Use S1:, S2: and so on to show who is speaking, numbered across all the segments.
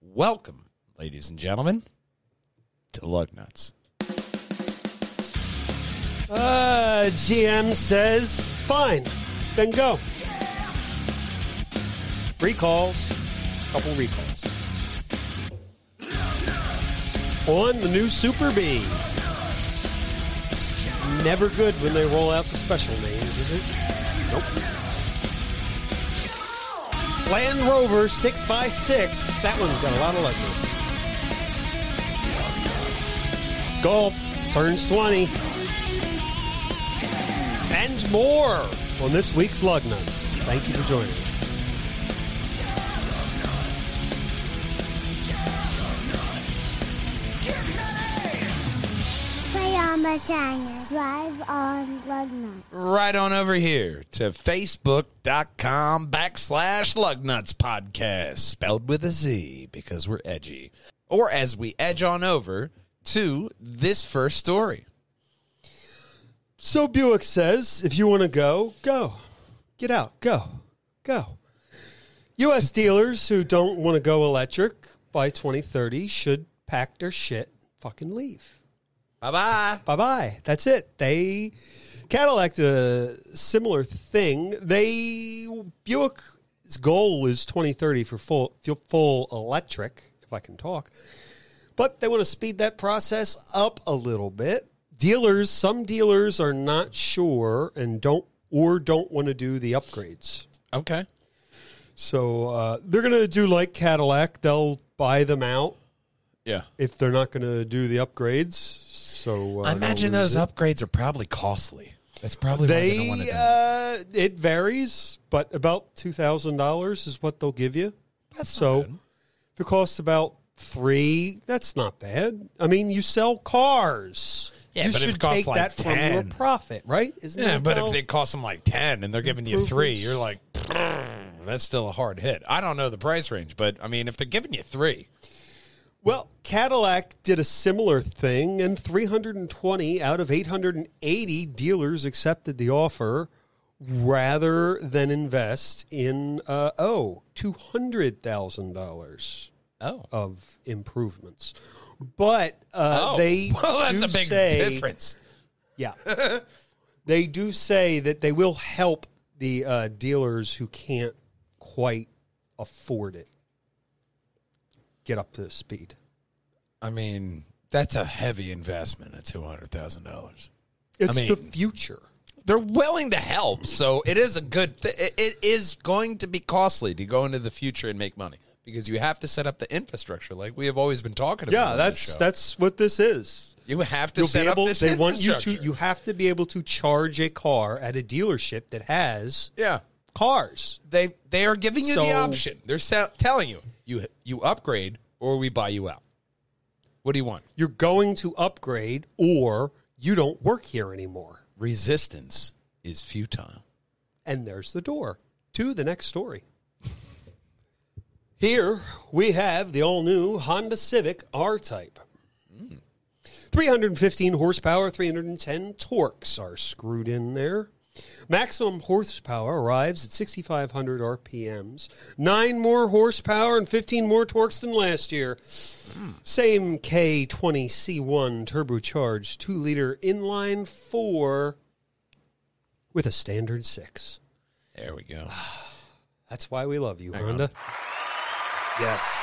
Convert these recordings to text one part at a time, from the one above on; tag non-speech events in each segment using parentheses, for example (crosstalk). S1: Welcome, ladies and gentlemen, to Lug Nuts.
S2: Uh, GM says, fine, then go.
S1: Recalls, couple recalls.
S2: On the new Super B. It's never good when they roll out the special names, is it? Nope. Land Rover 6x6. That one's got a lot of luggage. Golf turns 20. And more on this week's Lug Nuts. Thank you for joining us.
S3: Play on the channel. Drive on Lugnut.
S1: Right on over here to facebook.com backslash lugnuts podcast, spelled with a Z because we're edgy. Or as we edge on over to this first story.
S2: So Buick says, if you want to go, go. Get out, go, go. U.S. dealers who don't want to go electric by 2030 should pack their shit, fucking leave.
S1: Bye bye.
S2: Bye bye. That's it. They Cadillac did a similar thing. They Buick's goal is 2030 for full full electric, if I can talk but they want to speed that process up a little bit. Dealers, some dealers are not sure and don't or don't want to do the upgrades.
S1: Okay.
S2: So uh, they're going to do like Cadillac. They'll buy them out
S1: Yeah.
S2: if they're not going to do the upgrades. So uh,
S1: I imagine
S2: they'll
S1: those
S2: lose it.
S1: upgrades are probably costly. That's probably why they don't want to
S2: They
S1: do it.
S2: uh, it varies, but about two thousand dollars is what they'll give you.
S1: That's not
S2: so.
S1: bad.
S2: If it costs about three, that's not bad. I mean, you sell cars.
S1: Yeah,
S2: you
S1: but if
S2: should
S1: it costs
S2: take
S1: like
S2: that from your
S1: 10.
S2: profit, right? Isn't
S1: Yeah,
S2: that
S1: but
S2: how-
S1: if they cost them like ten and they're giving you three,
S2: Improvements.
S1: you're like, that's still a hard hit. I don't know the price range, but I mean, if they're giving you three,
S2: well, Cadillac did a similar thing, and 320 out of 880 dealers accepted the offer rather than invest in uh, oh two hundred thousand dollars
S1: oh,
S2: of improvements. But uh, they
S1: Oh, (laughs) well, that's
S2: do
S1: a big
S2: say-
S1: difference.
S2: Yeah.
S1: (laughs)
S2: they do say that they will help the uh, dealers who can't quite afford it get up to speed.
S1: I mean, that's a heavy investment at two hundred thousand dollars.
S2: It's
S1: mean-
S2: the future.
S1: They're willing to help, so it is a good. Th- it- it is going to be costly to go into the future and make money because you have to set up the infrastructure, like we have always been talking about.
S2: Yeah,
S1: on this
S2: that's
S1: show.
S2: that's what this is.
S1: You have to
S2: You'll
S1: set
S2: be
S1: up
S2: able,
S1: this
S2: they want you to
S1: infrastructure.
S2: you have to be able to charge a car at a dealership that has
S1: yeah.
S2: cars.
S1: they they are giving you the
S2: So-
S1: option. They're sa- telling you you you upgrade or we buy you out. What do you want?
S2: You're going to upgrade or you don't work here anymore.
S1: Resistance is futile.
S2: And there's the door to the next story. Here we have the all new Honda Civic R Type. 315 horsepower, 310 torques are screwed in there. Maximum horsepower arrives at 6,500 RPMs. Nine more horsepower and 15 more torques than last year. Same K20C1 turbocharged 2 liter inline 4 with a standard 6.
S1: There we go.
S2: That's why we love you, Honda. Yes.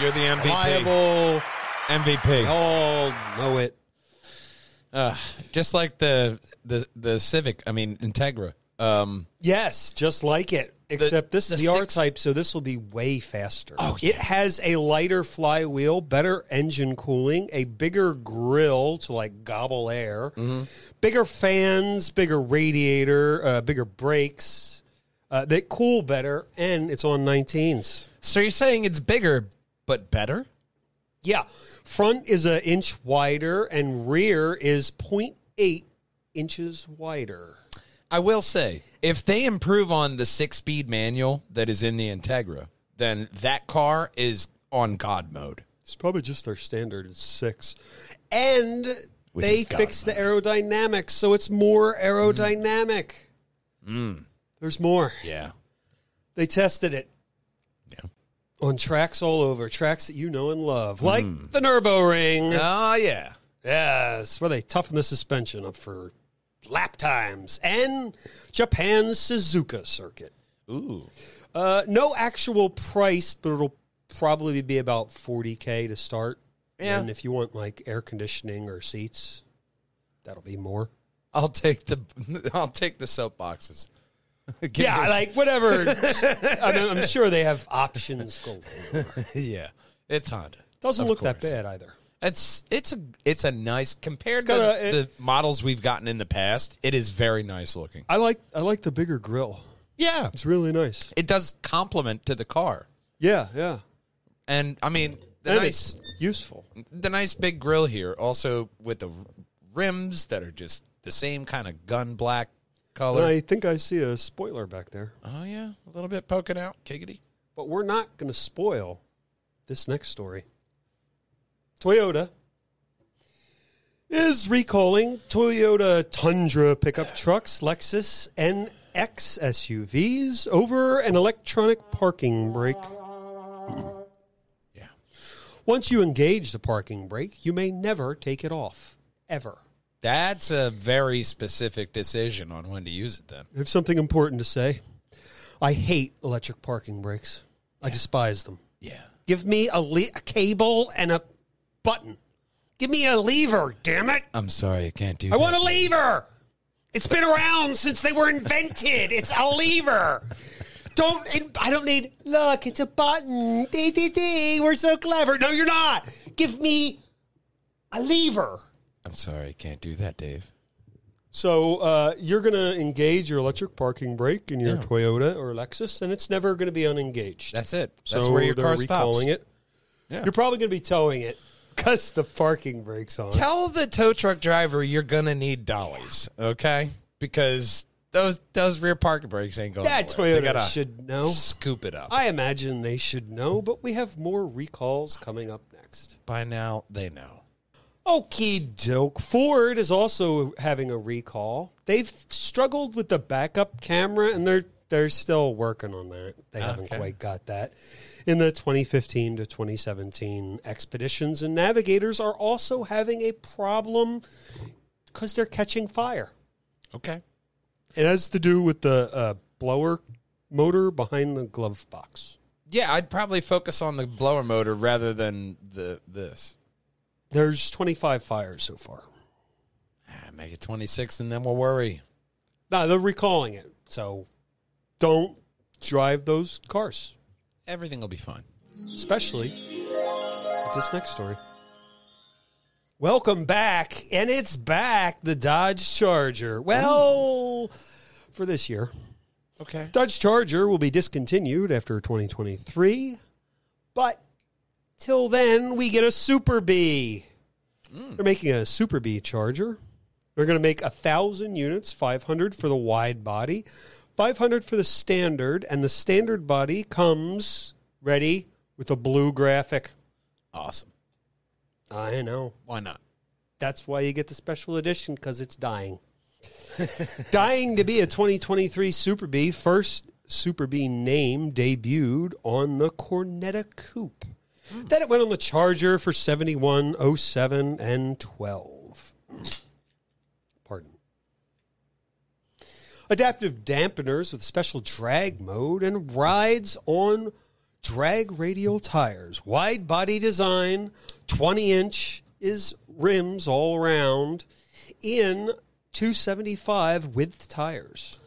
S1: (sighs) You're the MVP.
S2: Reliable.
S1: MVP.
S2: We all know it.
S1: Just like the the the Civic, I mean Integra. Um
S2: Yes, just like it. Except this is
S1: the
S2: the R
S1: six-
S2: type, so this will be way faster. Oh, It has a lighter flywheel, better engine cooling, a bigger grill to like gobble air, bigger fans, bigger radiator, uh, bigger brakes. Uh, they cool better, and it's on 19s.
S1: so you're saying it's bigger but better?
S2: Yeah. Front is an inch wider and rear is 0.8 inches wider.
S1: I will say, if they improve on the six speed manual that is in the Integra, then that car is on God mode.
S2: It's probably just their standard six. And
S1: Which
S2: they
S1: is God
S2: fixed the aerodynamics, so it's more aerodynamic. There's more.
S1: Yeah.
S2: They tested it.
S1: Yeah.
S2: on tracks all over, tracks that you know and love, like the Nurburgring.
S1: Oh, yeah.
S2: Yes, where they toughen the suspension up for lap times and Japan's Suzuka circuit.
S1: Ooh.
S2: Uh, no actual price, but it'll probably be about 40K to start.
S1: Yeah.
S2: And if you want like air conditioning or seats, that'll be more.
S1: I'll take the (laughs) I'll take the soap (laughs) boxes. Give
S2: Yeah,
S1: me-
S2: like whatever. I mean, (laughs) I'm sure they have options. Gold.
S1: (laughs) yeah. It's Honda.
S2: Doesn't
S1: Of
S2: look that
S1: course.
S2: bad either.
S1: It's it's a it's a nice compared to
S2: got a-
S1: the models we've gotten in the past. It is very nice looking.
S2: I like I like the bigger grill.
S1: Yeah,
S2: It's really nice.
S1: it does compliment to the car,
S2: Yeah, yeah.
S1: and I mean the
S2: And
S1: nice
S2: it's useful.
S1: the nice big grill here, also with the rims that are just the same kind of gun black color.
S2: And I think I see a spoiler back there.
S1: Oh yeah, a little bit poking out, giggity.
S2: But we're not going to spoil this next story. Toyota is recalling Toyota Tundra pickup trucks, Lexus, and X SUVs over an electronic parking brake.
S1: Yeah.
S2: Once you engage the parking brake, you may never take it off, ever.
S1: That's a very specific decision on when to use it then.
S2: I have something important to say. I hate electric parking brakes. I despise them.
S1: Yeah.
S2: Give me a, le- a cable and a button. Give me a lever, damn it.
S1: I'm sorry, I can't do
S2: I want a lever. It's been around since they were invented. It's a lever. Don't and I don't need look, it's a button. Dee, dee, dee. We're so clever. No, you're not. Give me a lever.
S1: I'm sorry, I can't do that, Dave.
S2: So uh, you're going to engage your electric parking brake in your Toyota or Lexus, and it's never going to be unengaged.
S1: That's it.
S2: So
S1: That's where your
S2: they're
S1: car
S2: recalling
S1: stops.
S2: it.
S1: Yeah.
S2: You're probably going to be towing it because the parking brake's on.
S1: Tell the tow truck driver you're gonna need dollies, okay? Because those those rear parking brakes ain't going.
S2: That
S1: nowhere. They
S2: Toyota
S1: gotta
S2: should know.
S1: Scoop it up.
S2: I imagine they should know, but we have more recalls coming up next.
S1: By now they know.
S2: Okie doke. Ford is also having a recall. They've struggled with the backup camera, and they're they're still working on that. They haven't
S1: Okay.
S2: quite got that. In the 2015 to 2017 expeditions and navigators are also having a problem because they're catching fire.
S1: Okay.
S2: It has to do with the uh, blower motor behind the glove box.
S1: Yeah, I'd probably focus on the blower motor rather than the this.
S2: There's 25 fires so far.
S1: Ah, Make it 26, and then we'll worry.
S2: No, they're recalling it. So don't drive those cars,
S1: Everything will be fine.
S2: especially with this next story. Welcome back, and it's back the Dodge Charger. Well, for this year,
S1: Okay.
S2: Dodge Charger will be discontinued after 2023, but till then, we get a Super B. They're making a Super B Charger. They're going to make a thousand units, 500 for the wide body, 500 for the standard, and the standard body comes ready with a blue graphic.
S1: Awesome.
S2: I know.
S1: Why not?
S2: That's why you get the special edition because it's dying. (laughs) dying to be a 2023 Super B, first Super B name debuted on the Cornetta Coupe. Then it went on the Charger for 71, 07, and 12. Pardon. Adaptive dampeners with special drag mode and rides on drag radial tires. Wide body design, 20 inch is rims all around in 275 width tires.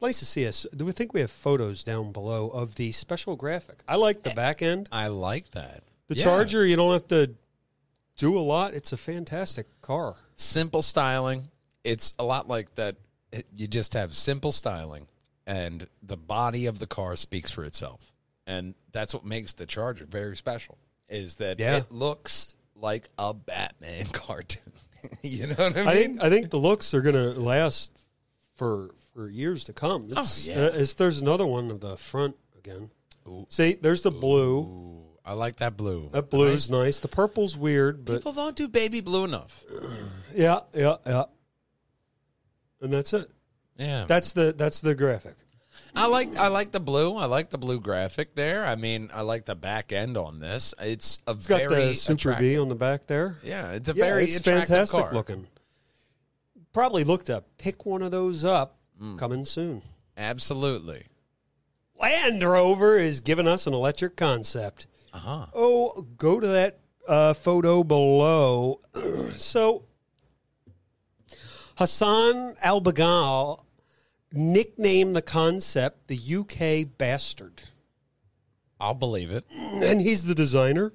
S2: Nice to see us. Do we think we have photos down below of the special graphic? I like the back end.
S1: I like that.
S2: The
S1: Yeah.
S2: Charger, you don't have to do a lot. It's a fantastic car.
S1: simple styling. It's a lot like that. It- You just have simple styling, and the body of the car speaks for itself, and that's what makes the Charger very special. Is that
S2: Yeah.
S1: it looks like a Batman (laughs) cartoon. you know what I mean?
S2: I think I think the looks are going to last for for years to come. It's,
S1: Oh, yeah.
S2: uh, it's- there's another one of the front again. See, there's the blue.
S1: Ooh, I like that blue.
S2: That blue's nice. The purple's weird, but
S1: People don't do baby blue enough.
S2: yeah, yeah, yeah. And that's it.
S1: Yeah,
S2: That's the that's the graphic.
S1: I like I like the blue. I like the blue graphic there. I mean, I like the back end on this. It's a
S2: It's
S1: very
S2: got the Super
S1: attractive,
S2: B on the back there.
S1: Yeah, it's a
S2: Yeah,
S1: very
S2: it's
S1: attractive
S2: fantastic
S1: car.
S2: looking. Probably look to pick one of those up
S1: Hmm.
S2: coming soon.
S1: Absolutely.
S2: Land Rover is giving us an electric concept.
S1: Uh huh.
S2: Oh, go to that uh, photo below. (clears throat) so, Hassan Al Bagal nicknamed the concept the UK Bastard. (clears throat)
S1: I'll believe it.
S2: And he's the designer.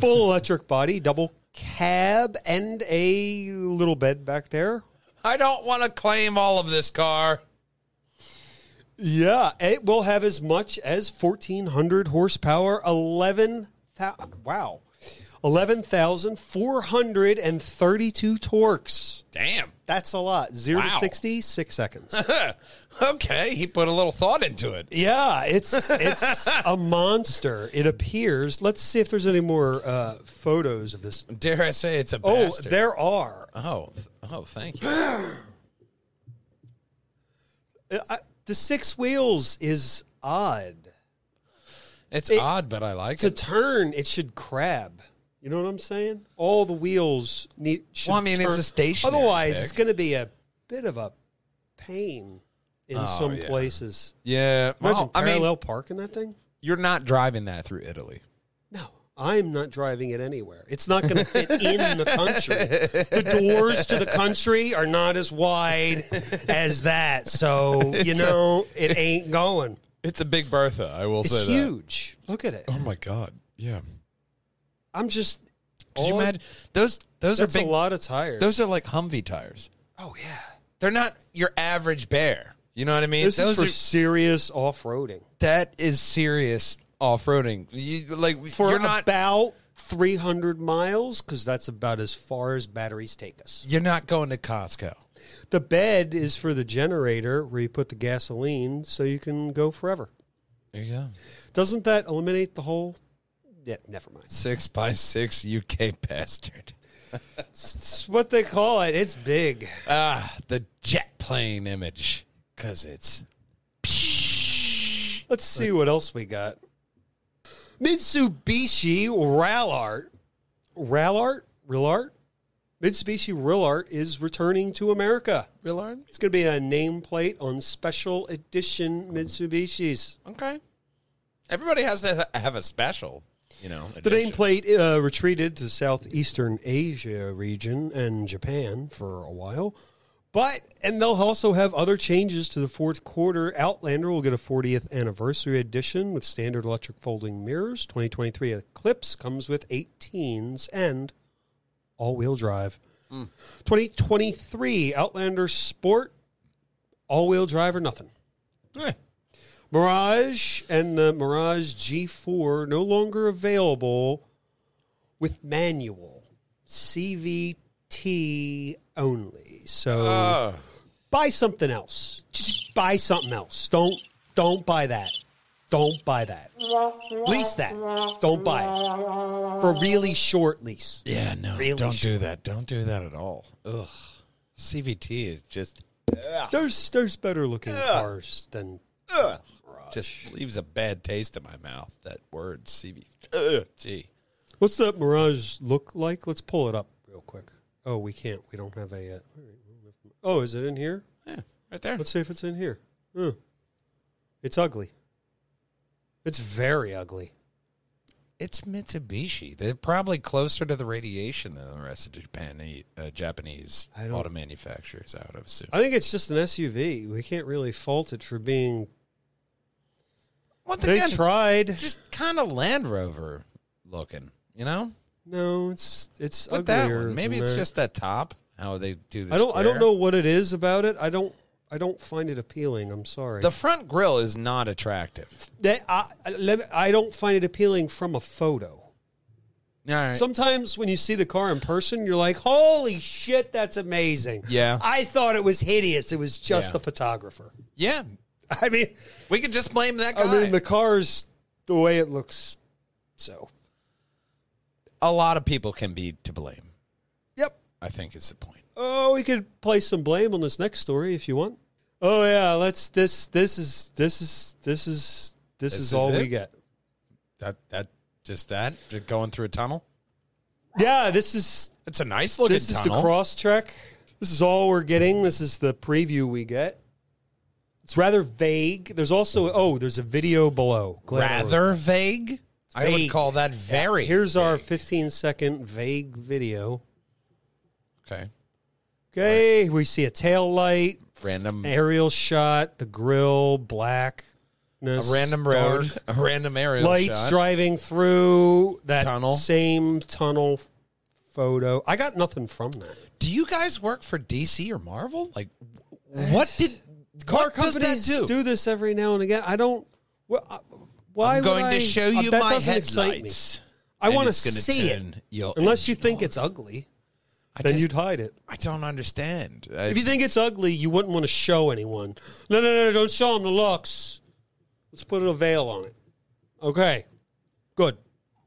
S2: Full (laughs) electric body, double cab, and a little bed back there.
S1: I don't want to claim all of this car.
S2: Yeah, it will have as much as 1400 horsepower, 11 wow. 11,432 torques.
S1: Damn.
S2: That's a lot. 0 to
S1: Wow.
S2: 60, 6 (laughs) seconds.
S1: okay, he put a little thought into it.
S2: yeah, it's it's a monster. It appears. Let's see if there's any more uh, photos of this.
S1: Dare I say it's a
S2: Oh,
S1: bastard?
S2: there are.
S1: oh, th- oh, thank
S2: (gasps)
S1: you.
S2: Uh, I, the six wheels is odd.
S1: It's odd, but I like
S2: To
S1: it.
S2: turn, it should crab. You know what I'm saying? All the wheels need. Should
S1: Well, I mean, it's
S2: turn.
S1: a stationary
S2: Otherwise,
S1: pick.
S2: it's going to be a bit of a pain in some
S1: Oh, yeah.
S2: places.
S1: Yeah.
S2: Imagine
S1: Well, I
S2: parallel
S1: mean,
S2: parking that thing.
S1: you're not driving that through Italy.
S2: No, I'm not driving it anywhere. It's not going to fit in
S1: (laughs)
S2: the country. The doors to the country are not as wide as that.
S1: (laughs)
S2: So, you know, it ain't going.
S1: It's a big Bertha, I will
S2: It's
S1: say
S2: huge. Look at it.
S1: that. Oh my god. Yeah.
S2: I'm just.
S1: Could you
S2: all-
S1: imagine those those are
S2: That's
S1: big
S2: a lot of tires.
S1: those are like Humvee tires.
S2: oh, yeah.
S1: They're not your average bear. You know what I mean?
S2: This
S1: those
S2: is for
S1: are-
S2: serious off roading.
S1: that is serious off-roading. You, like
S2: For
S1: you're not
S2: about 300 miles, because that's about as far as batteries take us.
S1: you're not going to Costco.
S2: The bed is for the generator where you put the gasoline so you can go forever.
S1: There you go.
S2: Doesn't that eliminate the whole? Yeah, never mind.
S1: Six by six UK bastard.
S2: It's what they call it. It's big.
S1: Ah, the jet plane image. Cause it's
S2: Let's see what else we got. Mitsubishi Rallart. Rallart? Rillart? Mitsubishi Rillart is returning to America.
S1: real arm.
S2: It's going to be a nameplate on special edition Mitsubishis.
S1: Okay. Everybody has to ha- have a special, you know.
S2: The
S1: edition.
S2: nameplate uh, retreated to Southeastern Asia region and Japan for a while. But, and they'll also have other changes to the fourth quarter. Outlander will get a 40th anniversary edition with standard electric folding mirrors. 2023 Eclipse comes with 18s and all wheel drive. 2023 Outlander Sport, all wheel drive or nothing.
S1: Eh.
S2: Mirage and the Mirage G4 no longer available with manual CVT only. So
S1: Oh.
S2: buy something else. Just buy something else. Don't don't buy that. Don't buy that. Lease that. Don't buy it. For really short lease.
S1: Yeah, no,
S2: Really
S1: don't
S2: sure.
S1: do that. Don't do that at all. Ugh, CVT is just
S2: There's there's better looking cars than
S1: ugh, just leaves a bad taste in my mouth. That word CV. Ugh, gee,
S2: What's that Mirage look like? Let's pull it up real quick. Oh, we can't. We don't have a. Uh, all right, we don't have- oh, is it in here?
S1: yeah, right there.
S2: Let's see if it's in here. Huh. It's ugly. It's very ugly.
S1: It's Mitsubishi. They're probably closer to the radiation than the rest of Japan, uh, Japanese
S2: I don't-
S1: auto manufacturers. I would have assumed.
S2: I think it's just an SUV. We can't really fault it for being.
S1: Once
S2: They
S1: again,
S2: tried.
S1: just kind of Land Rover looking. You know,
S2: No, it's it's
S1: with that
S2: uglier.
S1: one. Maybe
S2: than
S1: it's
S2: that.
S1: just that top. How they do the
S2: I don't I don't
S1: square.
S2: know what it is about it. I don't I don't find it appealing. I'm sorry.
S1: The front grille is not attractive.
S2: that, I, I- let me- I don't find it appealing from a photo.
S1: All right.
S2: Sometimes when you see the car in person, you're like, "Holy shit, that's amazing!"
S1: Yeah.
S2: I thought it was hideous. It was just
S1: Yeah.
S2: the photographer. (laughs)
S1: yeah,
S2: I mean,
S1: We could just blame that guy.
S2: I mean, the car's the way it looks. So,
S1: a lot of people can be to blame.
S2: yep.
S1: I think is the point.
S2: Oh, we could place some blame on this next story if you want. oh yeah, let's this this is this is this is this,
S1: This
S2: is
S1: is
S2: all we
S1: it?
S2: get.
S1: That that just that just going through a tunnel.
S2: Yeah, this is
S1: It's a nice looking
S2: this is
S1: tunnel.
S2: the cross trek. This is all we're getting. This is the preview we get. It's rather vague. There's also oh, there's a video below. Glad I wrote-
S1: Rather vague. I would
S2: vague.
S1: call that very.
S2: Here's our 15 second vague video.
S1: okay.
S2: Okay, we see a tail light,
S1: Random
S2: aerial shot, the grill, black,
S1: a random road, a random aerial
S2: lights
S1: shot.
S2: driving through that
S1: Tunnel.
S2: same tunnel photo. I got nothing from that.
S1: do you guys work for DC or Marvel?
S2: (sighs)
S1: Like, what did
S2: Car
S1: what does that
S2: companies
S1: do?
S2: this every now and again. I don't. Well, I- why
S1: I'm going
S2: would I-
S1: to
S2: Uh,
S1: show you
S2: that
S1: my
S2: doesn't excite me.
S1: headlights.
S2: I
S1: and
S2: want to
S1: it's gonna
S2: see it.
S1: turn your
S2: Unless you
S1: engine
S2: think it's ugly,
S1: I
S2: then
S1: just-
S2: you'd hide it.
S1: I don't understand. I-
S2: If you think it's ugly, you wouldn't want to show anyone. No, no, no, don't show them the looks. Let's put a veil on it. Okay, good.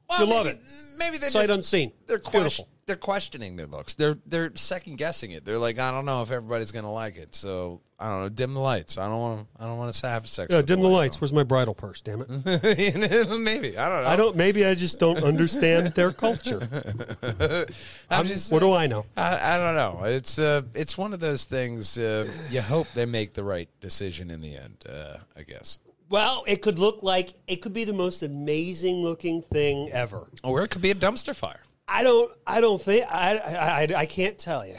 S1: Well,
S2: you love
S1: maybe, Maybe they
S2: Sight
S1: just,
S2: unseen.
S1: they're
S2: It's
S1: question, they're questioning their looks. They're they're second guessing it. They're like, I don't know if everybody's gonna like it. So I don't know. Dim the lights. I don't want. I don't want to have sex.
S2: Yeah,
S1: with
S2: dim the lights. Where's my bridal purse? Damn
S1: (laughs)
S2: it!
S1: maybe I don't know.
S2: I don't. Maybe I just don't understand their culture.
S1: (laughs) I'm
S2: I'm-
S1: just.
S2: what do I know?
S1: I, I don't know. It's uh, it's one of those things. Uh, you hope they make the right decision in the end. Uh, I guess,
S2: Well, it could look like it could be the most amazing looking thing ever.
S1: or it could be a dumpster fire.
S2: I don't. I don't think. I. I. I, I can't tell you.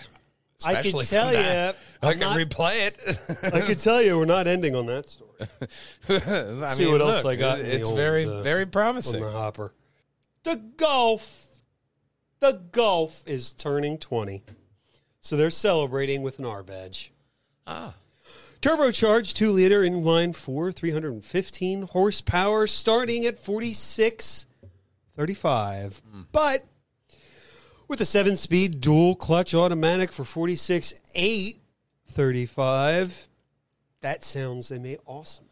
S2: I
S1: Especially
S2: can
S1: from
S2: tell
S1: that.
S2: you.
S1: I
S2: I'm
S1: can
S2: not-
S1: replay it. (laughs)
S2: I can tell you. We're not ending on that story.
S1: I
S2: See
S1: mean,
S2: what else
S1: look,
S2: I got in the
S1: It's
S2: old,
S1: very,
S2: uh,
S1: very promising.
S2: on the hopper. The golf, the golf is turning twenty, so they're celebrating with an R badge.
S1: Ah.
S2: Turbocharged two liter inline four, three hundred and fifteen horsepower, starting at forty six thirty five, but with a seven speed dual clutch automatic for forty six eight thirty five. That sounds I mean awesome.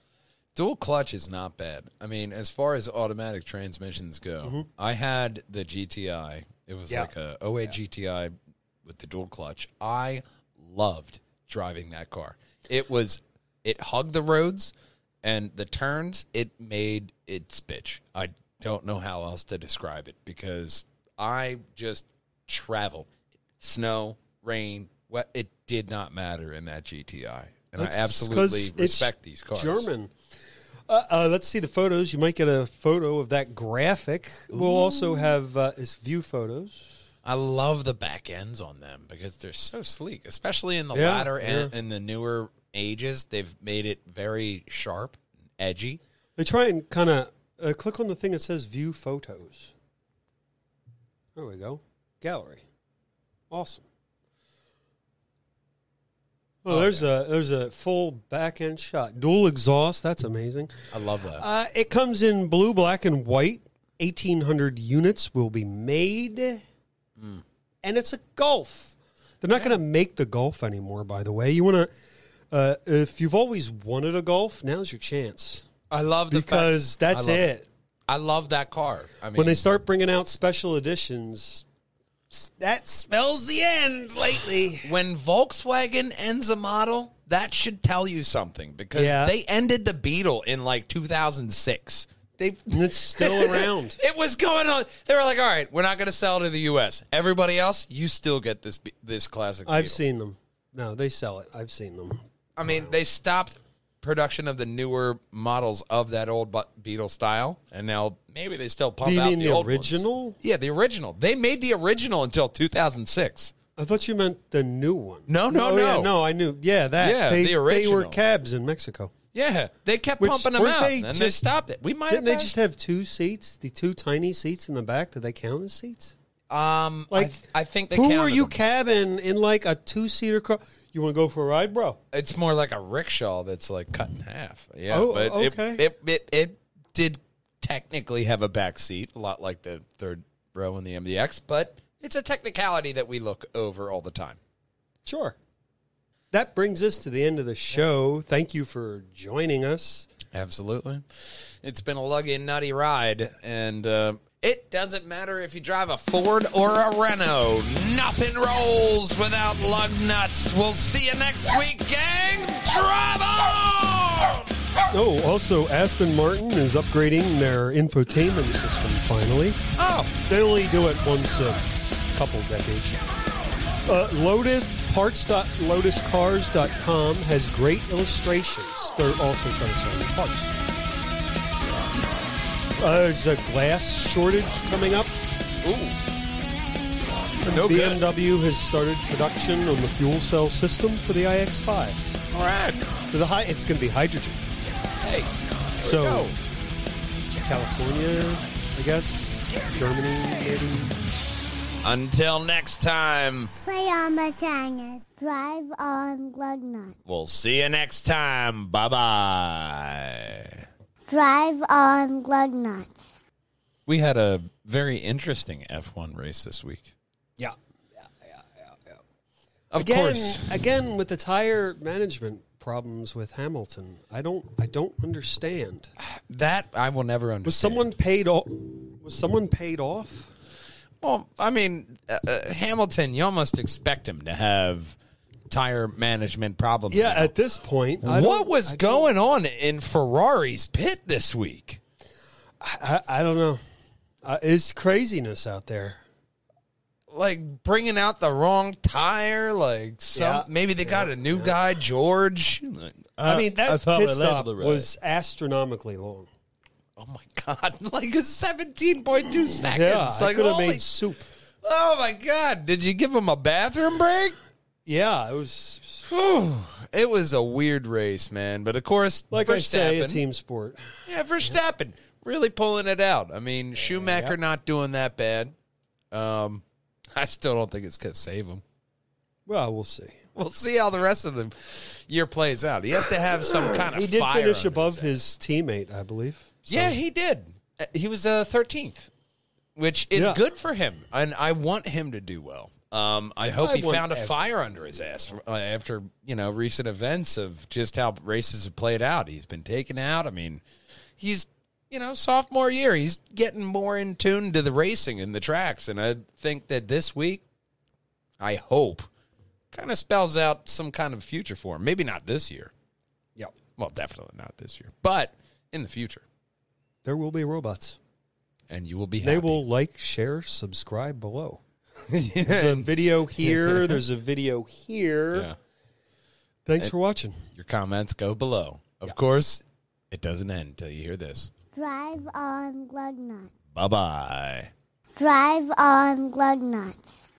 S1: Dual clutch is not bad. I mean, as far as automatic transmissions go, I had the GTI. It was
S2: Mm-hmm. Yeah.
S1: like a 08 GTI with the dual clutch. I loved driving that car. It was it hugged the roads and the turns it made its bitch. I don't know how else to describe it because I just traveled. Snow, rain, wet it did not matter in that GTI. And I
S2: That's 'cause
S1: absolutely
S2: it's
S1: respect these cars.
S2: German. Uh, uh, let's see the photos. You might get a photo of that graphic. We'll also have uh, is view photos.
S1: I love the back ends on them because they're so sleek, especially in the
S2: Yeah,
S1: latter and in the newer ages. They've made it very sharp, and edgy.
S2: They try and kind of uh, click on the thing that says view photos. There we go. Gallery. Awesome. Well, there's a there's a full back end shot. Dual exhaust. That's amazing.
S1: I love that.
S2: Uh, it comes in blue, black, and white. 1,800 units will be made. And it's a Golf. They're not going to make the Golf anymore, by the way. You want to, uh, if you've always wanted a Golf, now's your chance.
S1: I love the fact,
S2: Because that's
S1: I
S2: it.
S1: love I love that car. I mean,
S2: When they start bringing out special editions, s- that smells the end lately.
S1: when Volkswagen ends a model, that should tell you something because
S2: Yeah.
S1: they ended the Beetle in like 2006. They
S2: And it's (laughs) still around.
S1: It was going on. They were like, "All right, we're not going to sell to the U.S. Everybody else, you still get this Be- this classic."
S2: I've
S1: Beetle.
S2: seen them. No, they sell it. I've seen them.
S1: I mean, they stopped production of the newer models of that old bu- Beetle style, and now maybe they still pump
S2: Do you
S1: out
S2: mean
S1: the,
S2: the
S1: old ones.
S2: original?
S1: Yeah, the original. They made the original until 2006.
S2: I thought you meant the new one.
S1: No, no,
S2: Oh, yeah,
S1: no.
S2: no, I knew. Yeah, that.
S1: Yeah,
S2: they,
S1: the
S2: They were
S1: original.
S2: cabs in Mexico.
S1: Yeah, they kept
S2: Which-
S1: pumping them
S2: weren't
S1: out,
S2: they
S1: and they
S2: just-
S1: stopped it. We might
S2: Didn't
S1: have
S2: they
S1: been-
S2: just have two seats? The two tiny seats in the back. Did they count as seats?
S1: um
S2: Like,
S1: like I, think they
S2: Who
S1: counted
S2: were you
S1: them.
S2: cabbing in like a two seater car? You want to go for a ride, bro?
S1: it's more like a rickshaw that's like cut in half. Yeah,
S2: Oh,
S1: but
S2: okay.
S1: it, it it it did technically have a back seat, a lot like the third row in the MDX, but it's a technicality that we look over all the time.
S2: Sure. That brings us to the end of the show. Thank you for joining us.
S1: Absolutely. It's been a luggy, nutty ride, and uh, it doesn't matter if you drive a Ford or a Renault. Nothing rolls without lug nuts. We'll see you next week, gang. drive on!
S2: Oh, also, Aston Martin is upgrading their infotainment system finally.
S1: Oh,
S2: They only do it once a couple decades. Uh, Lotus parts.lotuscars.com has great illustrations. They're also trying to sell parts. Uh, there's a glass shortage coming up.
S1: ooh.
S2: Oh,
S1: No good.
S2: BMW has started production on the fuel cell system for the iX5.
S1: All right.
S2: The hy- it's going to be hydrogen.
S1: Hey. here we
S2: So-
S1: go.
S2: California, I guess. Germany, maybe.
S1: until next time,
S3: Play on Batanga. Drive on Lugnut.
S1: we'll see you next time. Bye bye.
S3: Drive on Lugnuts.
S1: We had a very interesting F1 race this week.
S2: Yeah.
S1: Of
S2: Again,
S1: course.
S2: again with the tire management problems with Hamilton. I don't I don't understand.
S1: That I will never understand.
S2: Was someone paid off? Was someone paid off?
S1: Well, I mean, uh, uh, Hamilton, you almost expect him to have tire management problems.
S2: Yeah,
S1: now.
S2: at this point, I
S1: what
S2: don't-
S1: was going on in Ferrari's pit this week?
S2: I, I don't know. Uh, it's craziness out there.
S1: Like bringing out the wrong tire, like some
S2: Yeah.
S1: maybe they got a new guy, George. Like,
S2: I mean,
S4: I
S2: that
S4: thought
S2: pit
S4: my
S2: stop
S4: label was right.
S2: was astronomically long.
S1: oh my god, (laughs) like a seventeen point two seconds.
S2: Yeah, I
S1: like
S2: could have
S1: holy-
S2: made soup.
S1: oh my god, did you give him a bathroom break?
S2: Yeah, it was
S1: Whew. It was a weird race, man. But of course,
S2: like I say, a
S1: Verstappen-
S2: team sport.
S1: Yeah, Verstappen really pulling it out. I mean, Schumacher not doing that bad. Um, (laughs) I still don't think it's gonna save him.
S2: Well, we'll see.
S1: We'll see how the rest of the year plays out. He has to have
S2: (clears throat)
S1: some kind of.
S2: He did
S1: fire
S2: finish
S1: under
S2: above
S1: his
S2: his teammate, I believe. So-
S1: Yeah, he did. Uh, He was uh, 13th, which is
S2: Yeah.
S1: good for him, and I want him to do well. Um, I hope
S2: I
S1: he
S2: want
S1: found a
S2: every-
S1: fire under his ass uh, after you know recent events of just how races have played out. He's been taken out. I mean, he's you know sophomore year. He's getting more in tune to the racing and the tracks, and I think that this week, I hope, kind of spells out some kind of future for him. Maybe not this year.
S2: yeah.
S1: Well, definitely not this year, but in the future
S2: There will be robots.
S1: and you will be happy.
S2: They
S1: (laughs)
S2: will like, share, subscribe below. There's a video here. There's a video here.
S1: (laughs) Yeah.
S2: Thanks for watching.
S1: Your comments go below. Of course, it doesn't end till you hear this.
S3: Drive on Lugnut.
S1: Bye bye.
S3: Drive on Lugnuts.